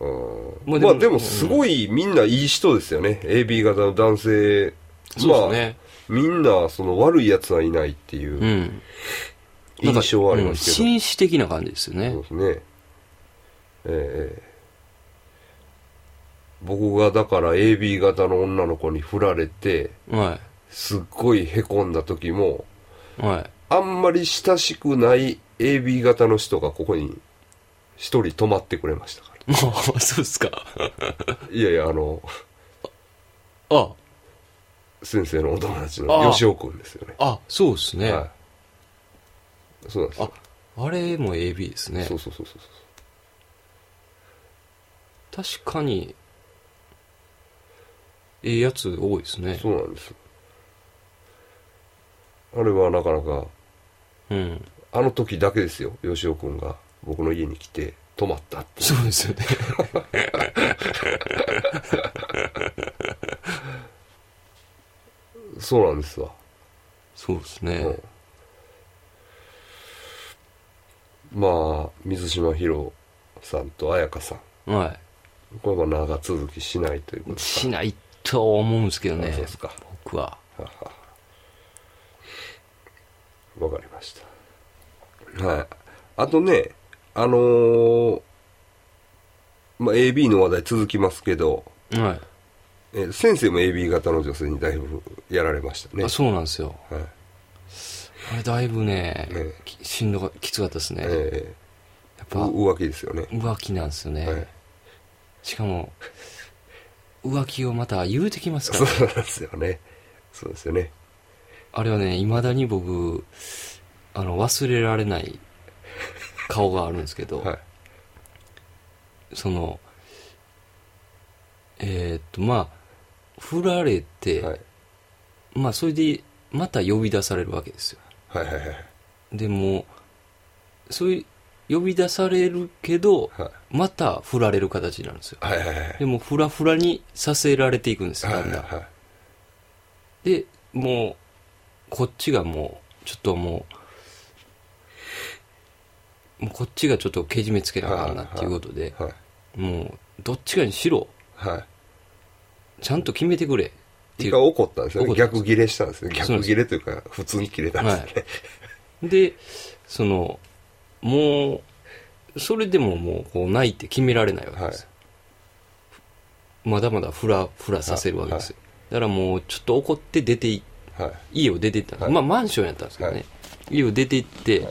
Speaker 2: よね。
Speaker 1: はい
Speaker 2: ま
Speaker 1: う
Speaker 2: あ
Speaker 1: んまあ
Speaker 2: でも
Speaker 1: でもすごいみんないい人ですよね AB 型の男性
Speaker 2: そうですね。
Speaker 1: まあみんなその悪いやつはいないっていう
Speaker 2: うん。
Speaker 1: 印象はありますけど、
Speaker 2: うん紳士的な感じですよね。
Speaker 1: そうですね。ええ僕がだから AB 型の女の子に振られて、
Speaker 2: は
Speaker 1: すっごい凹んだ時も、
Speaker 2: い。はい。
Speaker 1: あんまり親しくない AB 型の人がここに一人泊まってくれましたか
Speaker 2: ああ、そうですか。
Speaker 1: ら。いやいや、あの、
Speaker 2: あ、
Speaker 1: 先生のお友達
Speaker 2: あ
Speaker 1: の
Speaker 2: あ
Speaker 1: 吉尾くんですよね。
Speaker 2: あ、そうですね。
Speaker 1: はい。そうなんですよ。
Speaker 2: あれも AB ですね
Speaker 1: そう。そうそうそうそう。
Speaker 2: 確かに、ええやつ多いですね。
Speaker 1: そうなんですよ。あれはなかなか
Speaker 2: うん。
Speaker 1: あの時だけですよ、吉尾くんが僕の家に来て泊まったって。
Speaker 2: そうですよね。
Speaker 1: そうなんですわ。
Speaker 2: そうですね。
Speaker 1: うんまあ、水島ひろさんと彩香さん。
Speaker 2: は
Speaker 1: これは長続きしないということ
Speaker 2: い。しないと思うんですけどね
Speaker 1: あそうですか。
Speaker 2: 僕は。
Speaker 1: わかりました。はい。あとね、あのーまあ、AB の話題続きますけど、
Speaker 2: は
Speaker 1: えー先生も AB 型の女性にだいぶやられました
Speaker 2: い。
Speaker 1: ね。
Speaker 2: あそうなんですよ。
Speaker 1: はい。
Speaker 2: あれだいぶね、
Speaker 1: ええ
Speaker 2: きしんどか、きつかったですね。
Speaker 1: え
Speaker 2: やっ
Speaker 1: え
Speaker 2: ぱ、
Speaker 1: 浮気ですよね。
Speaker 2: 浮気なんですよね。
Speaker 1: はい。
Speaker 2: しかも、浮気をまた言うてきますから
Speaker 1: そう
Speaker 2: ね
Speaker 1: なんですよね。そうですよね。
Speaker 2: あれはね、未だに僕、あの、忘れられない顔があるんですけど、
Speaker 1: はい。
Speaker 2: その、えーっと、まあ、振られて、
Speaker 1: はい。
Speaker 2: まあ、それで、また呼び出されるわけですよ。
Speaker 1: はいはいはい。
Speaker 2: でも、そういう、呼び出されるけど、
Speaker 1: はい
Speaker 2: また振られる形になるんですよ。
Speaker 1: はいはいはい。
Speaker 2: でも、フラフラにさせられていくんですよ、
Speaker 1: はい
Speaker 2: だ
Speaker 1: はい
Speaker 2: んだん。
Speaker 1: は
Speaker 2: でもうこっちがもうちょっともうもうこっちがちょっとけじめつけなあかんなっていうことで
Speaker 1: い。はい。
Speaker 2: もうどっちかにしろ
Speaker 1: はい。
Speaker 2: ちゃんと決めてくれってい
Speaker 1: 一
Speaker 2: う
Speaker 1: 回怒ったんですよね。
Speaker 2: 怒ったんです
Speaker 1: 逆ギレしたんですね。
Speaker 2: そう
Speaker 1: 逆
Speaker 2: です
Speaker 1: ギレというか、普通に切れたんですよね。
Speaker 2: でそのもうそれでももうこうないって決められないわけですよ、まだまだフラフラさせるわけですよ、だからもうちょっと怒って出てい
Speaker 1: はい。
Speaker 2: 家を出て行ったんです、
Speaker 1: はい
Speaker 2: まあマンションやったんですけどね、
Speaker 1: はい
Speaker 2: 家を出て行って、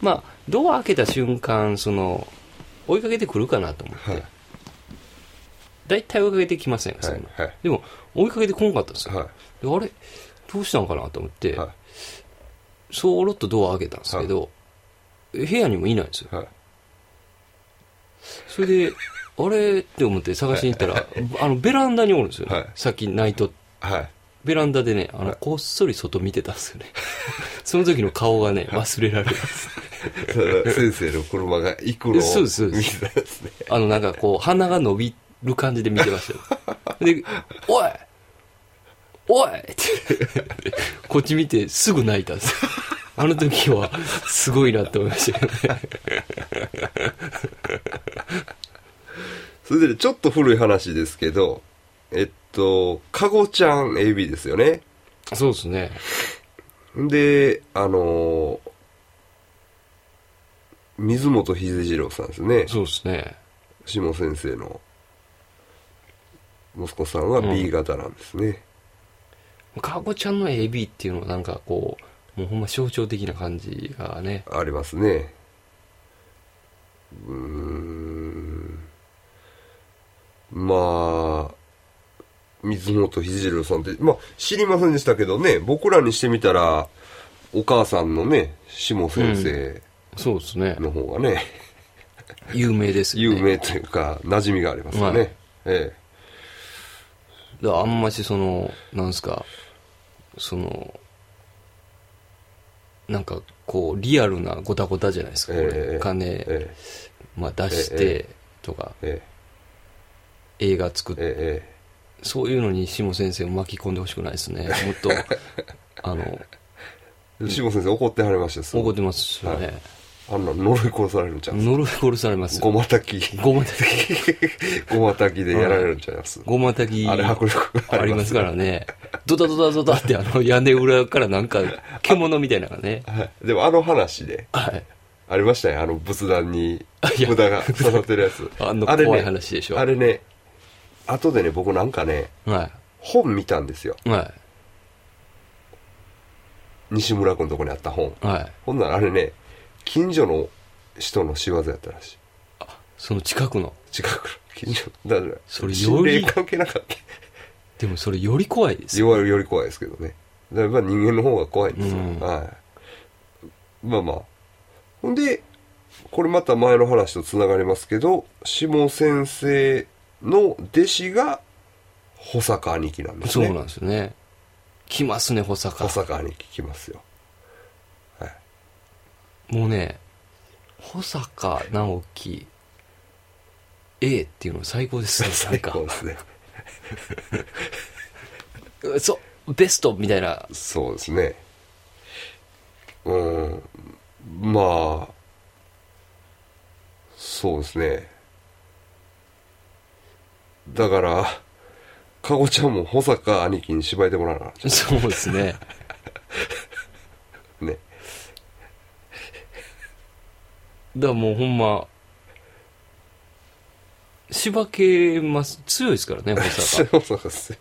Speaker 2: まあドア開けた瞬間その追いかけてくるかなと思って、
Speaker 1: はい
Speaker 2: 大体追いかけてきませんか、
Speaker 1: は
Speaker 2: そん
Speaker 1: い
Speaker 2: な。
Speaker 1: はい。
Speaker 2: でも追いかけてこなかったんですよ、
Speaker 1: は
Speaker 2: であれどうしたんかなと思って、
Speaker 1: い。は
Speaker 2: そろっとドア開けたんですけど、部屋にもいないんですよ
Speaker 1: い。はい。
Speaker 2: それであれって思って探しに行ったら、あのベランダにおるんですよ、ね
Speaker 1: はい
Speaker 2: さっきナイト
Speaker 1: はい。
Speaker 2: ベランダでね、あの、
Speaker 1: はい
Speaker 2: こっそり外見てたんです よね。その時の顔がね、忘れられないです。
Speaker 1: ただ先生の車が行くのを見
Speaker 2: そうですそうです
Speaker 1: たんですね。
Speaker 2: あの、なんかこう、鼻が伸びる感じで見てましたよ。 で、おいおいって、こっち見てすぐ泣いたんですよ。あの時は、すごいなって思いましたけどね。
Speaker 1: それでちょっと古い話ですけど、えっと、かごちゃん AB ですよね。
Speaker 2: そうですね。
Speaker 1: で、あのー水本秀次郎さんですね。
Speaker 2: そうですね。
Speaker 1: 下先生の息子さんは B 型なんですね、
Speaker 2: かごちゃんの AB っていうのはなんかこう、もうほんま象徴的な感じがね。
Speaker 1: ありますねうーんまあ水本ひじるさんってまあ知りませんでしたけどね僕らにしてみたらお母さんのね下先生
Speaker 2: そうですね。
Speaker 1: の方がね、
Speaker 2: 有名ですよね。
Speaker 1: 有名というか馴染みがありますよね、
Speaker 2: はい
Speaker 1: え
Speaker 2: だからあんましそのなんすかそのなんかこうリアルなごたごたじゃないですか、これ
Speaker 1: ええ
Speaker 2: お金、
Speaker 1: ええ
Speaker 2: まあ、出してとか、
Speaker 1: ええ
Speaker 2: 映画作っ
Speaker 1: え
Speaker 2: て
Speaker 1: え
Speaker 2: そういうのに下先生を巻き込んでほしくないですねもっ とあの
Speaker 1: ええ下先生怒ってはりましたす
Speaker 2: 怒
Speaker 1: ご
Speaker 2: っ
Speaker 1: い
Speaker 2: てますよね、
Speaker 1: あんな呪い殺されるんちゃう
Speaker 2: 呪い殺されます
Speaker 1: ご
Speaker 2: よ
Speaker 1: またき
Speaker 2: ごまたき
Speaker 1: ごまたきでやられるんちゃいます、
Speaker 2: ごまたき
Speaker 1: あれ迫力
Speaker 2: ありますからねドタドタドタってあの屋根裏からなんか獣みたいなのがね
Speaker 1: はいでもあの話で
Speaker 2: はい
Speaker 1: ありましたねあの仏壇に
Speaker 2: いや
Speaker 1: 無駄が刺さってるやつ
Speaker 2: あの
Speaker 1: れね
Speaker 2: 怖い話でしょ
Speaker 1: あれね後でね僕なんかね
Speaker 2: は
Speaker 1: 本見たんですよ
Speaker 2: いは
Speaker 1: 西村君のとこにあった本
Speaker 2: いはい
Speaker 1: ほんならあれね近所の人の仕業やったらしい
Speaker 2: その近くの。
Speaker 1: 近くの近所だから
Speaker 2: それ
Speaker 1: 心
Speaker 2: より
Speaker 1: 霊関係なかった
Speaker 2: でもそれより怖いですよ。
Speaker 1: 弱いより怖いですけどねだからまあ人間の方が怖いんですよ、
Speaker 2: うん
Speaker 1: はいまあまあほんでこれまた前の話とつながりますけど下先生の弟子が保坂兄貴なんです
Speaker 2: そう
Speaker 1: ね
Speaker 2: なんですよね。来ますね、保坂
Speaker 1: 保。坂兄貴来ますよはい
Speaker 2: もうね、保坂直樹 A っていうの最高ですね、なん
Speaker 1: 最
Speaker 2: か
Speaker 1: 高。ですね
Speaker 2: うそう、ベストみたいな。
Speaker 1: そうですねうんまあそうですねだからかごちゃんも保坂兄貴に芝居でもらわなあかん
Speaker 2: そうですね。
Speaker 1: ね
Speaker 2: だからもうほんま、しばけます。強いですからね、保
Speaker 1: 保
Speaker 2: 坂。
Speaker 1: 坂先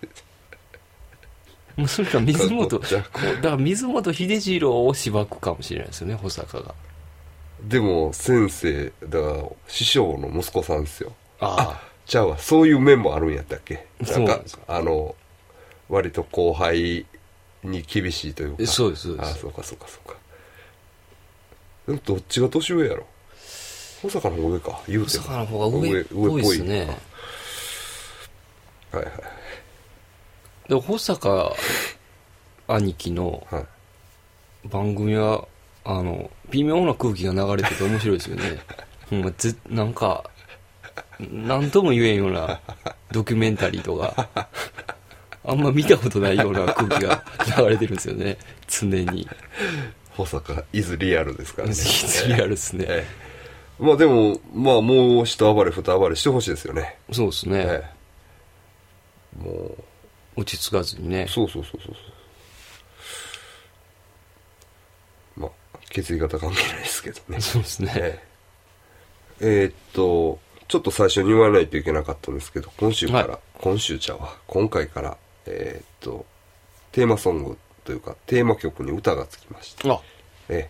Speaker 2: もうそれか水
Speaker 1: かっ
Speaker 2: 本、
Speaker 1: こじゃ
Speaker 2: だから水本秀次郎をしばくかもしれないですよね、保坂が。
Speaker 1: 生でも先生だから師匠の息子さんですよ
Speaker 2: あ
Speaker 1: ちゃうわそういう面もあるんやったっけな
Speaker 2: そうんな
Speaker 1: か
Speaker 2: んですよ
Speaker 1: あの割と後輩に厳しいという
Speaker 2: あ、
Speaker 1: か
Speaker 2: そうです、そうで
Speaker 1: ああ
Speaker 2: す。
Speaker 1: そうかそうかそうかでもどっちが年上やろ保坂の方が上か言う
Speaker 2: 保
Speaker 1: ても
Speaker 2: 坂の方が上っぽいですね。
Speaker 1: はいはい
Speaker 2: で保坂兄貴の
Speaker 1: はい
Speaker 2: 番組は、あの、微妙な空気が流れてて面白いですよね。 ほんま、ぜ、なんか、なんとも言えんようなドキュメンタリーとか、あんま見たことないような空気が流れてるんですよね。常に。
Speaker 1: 保坂イズリアルですから ね
Speaker 2: リアルですね。
Speaker 1: ええまあでもまあもう一暴れ二暴れしてほしいですよね
Speaker 2: そうですね
Speaker 1: え。えも
Speaker 2: 落ち着かずにね
Speaker 1: う。そうそうそうそうそうまあ血液型関係ないですけどね
Speaker 2: そうですね。
Speaker 1: えええーっと、ちょっと最初に言わないといけなかったんですけど、今週から、
Speaker 2: はい
Speaker 1: 今週ちゃうわ、今回から、えーっと、テーマソングというか、テーマ曲に歌がつきました。
Speaker 2: あ、
Speaker 1: ええ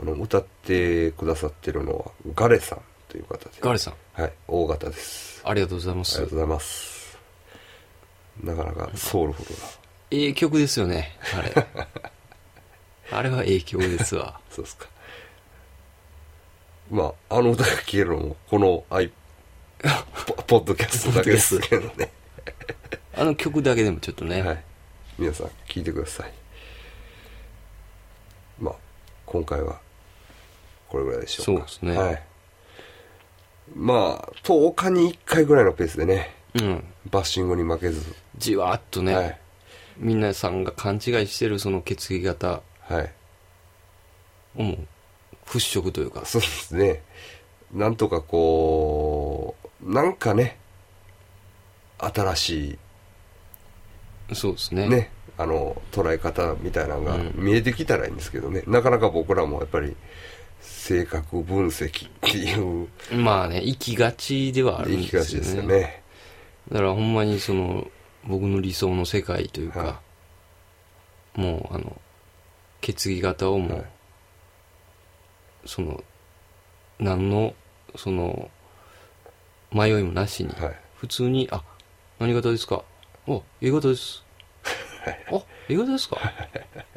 Speaker 1: あの、歌ってくださってるのは、ガレさんという方で。
Speaker 2: ガレさん、
Speaker 1: はい、大型です。
Speaker 2: ありがとうございま
Speaker 1: あり
Speaker 2: す
Speaker 1: がとう。ございます。なかなかソウルフルな、
Speaker 2: ええ曲ですよね、あれ。あれはええ曲ですわ。
Speaker 1: そうですか。まあ、あの歌が消えるのも、このアイ、 ポポッドキャストだけですけどね。
Speaker 2: あの曲だけでもちょっとね、
Speaker 1: はい、皆さん聞いてくださいまあ今回はこれぐらいでしょうか
Speaker 2: そうですね
Speaker 1: はい、まあ10日に1回ぐらいのペースでね
Speaker 2: うん、
Speaker 1: バッシングに負けず、
Speaker 2: じわーっとね、
Speaker 1: はい
Speaker 2: みんなさんが勘違いしてるその血液型
Speaker 1: はい
Speaker 2: をもう払拭というか、
Speaker 1: そうですねなんとかこうなんかね新し
Speaker 2: そうです
Speaker 1: い
Speaker 2: ね。
Speaker 1: ねあの捉え方みたいなのが
Speaker 2: うん
Speaker 1: 見えてきたらいいんですけどね、なかなか僕らもやっぱり性格分析っていう
Speaker 2: まあね、行きがちではあるん
Speaker 1: いい気
Speaker 2: です
Speaker 1: が
Speaker 2: よ
Speaker 1: し
Speaker 2: ね。
Speaker 1: ですよね。
Speaker 2: だからほんまにその僕の理想の世界というか、
Speaker 1: は
Speaker 2: もうあの決議型をもう、
Speaker 1: はい
Speaker 2: その何のその迷いもなしに、
Speaker 1: はい
Speaker 2: 普通に「あ何型ですか?」「お A 型です」「あ A 型ですか?」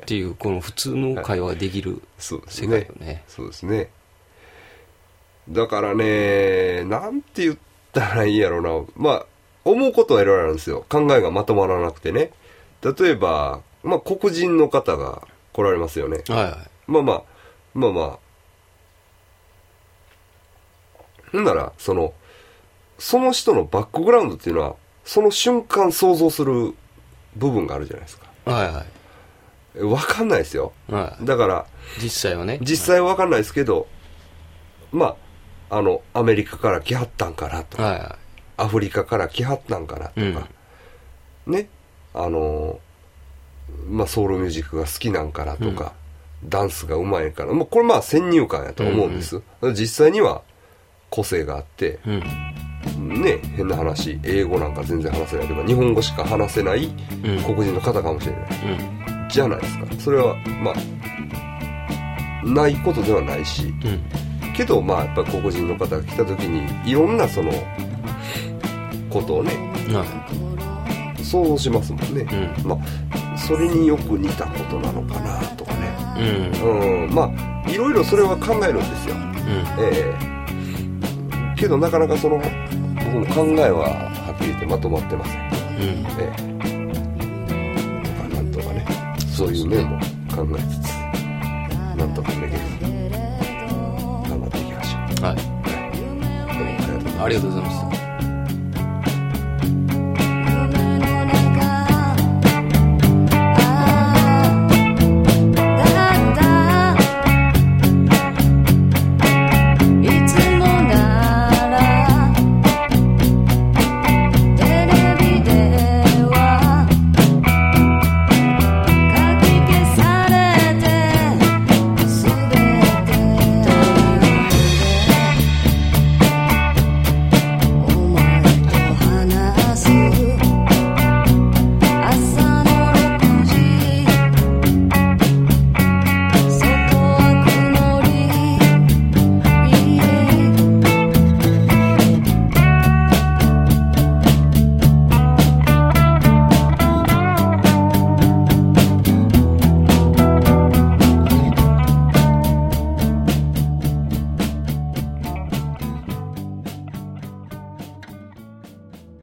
Speaker 2: っていうこの普通の会話ができる
Speaker 1: そうです
Speaker 2: 世界
Speaker 1: ね
Speaker 2: よね
Speaker 1: そうですねだからねなんて言ったらいいやろなまあ思うことはいろいろあるんですよ考えがまとまらなくてね例えば、まあ、黒人の方が来られますよね
Speaker 2: はいはい
Speaker 1: まあまあまあまあほんならそのその人のバックグラウンドっていうのはその瞬間想像する部分があるじゃないですか
Speaker 2: はいは
Speaker 1: えわかんないですよ
Speaker 2: いはい
Speaker 1: だから
Speaker 2: 実際はね
Speaker 1: 実際は分かんないですけど、まああのアメリカから来はったんかなとか、
Speaker 2: はいは
Speaker 1: アフリカから来はったんかなとか、ねあのーまあソウルミュージックが好きなんかなとか、ダンスがうまいからもうこれまあ先入観やと思うんです、実際には個性があって
Speaker 2: いうん
Speaker 1: ね変な話英語なんか全然話せないとか日本語しか話せない
Speaker 2: うん
Speaker 1: 黒人の方かもしれない
Speaker 2: うん
Speaker 1: じゃないですかそれはまあないことではないし
Speaker 2: うん
Speaker 1: けどまあやっぱり黒人の方が来た時にいろんなそのことをね
Speaker 2: は
Speaker 1: 想像しますもんね、
Speaker 2: う
Speaker 1: まあそれによく似たことなのかなとかね
Speaker 2: いう
Speaker 1: う
Speaker 2: ん
Speaker 1: んまあいろいろそれは考えるんですよ
Speaker 2: うん
Speaker 1: ええけどなかなかその僕も考えははっきり言ってまとまってません
Speaker 2: うん
Speaker 1: ええまあなんとかねそういう面も考えつつなんとかできる頑張っていきましょう
Speaker 2: はい
Speaker 1: どうもありがとうございました
Speaker 2: ありがとうございます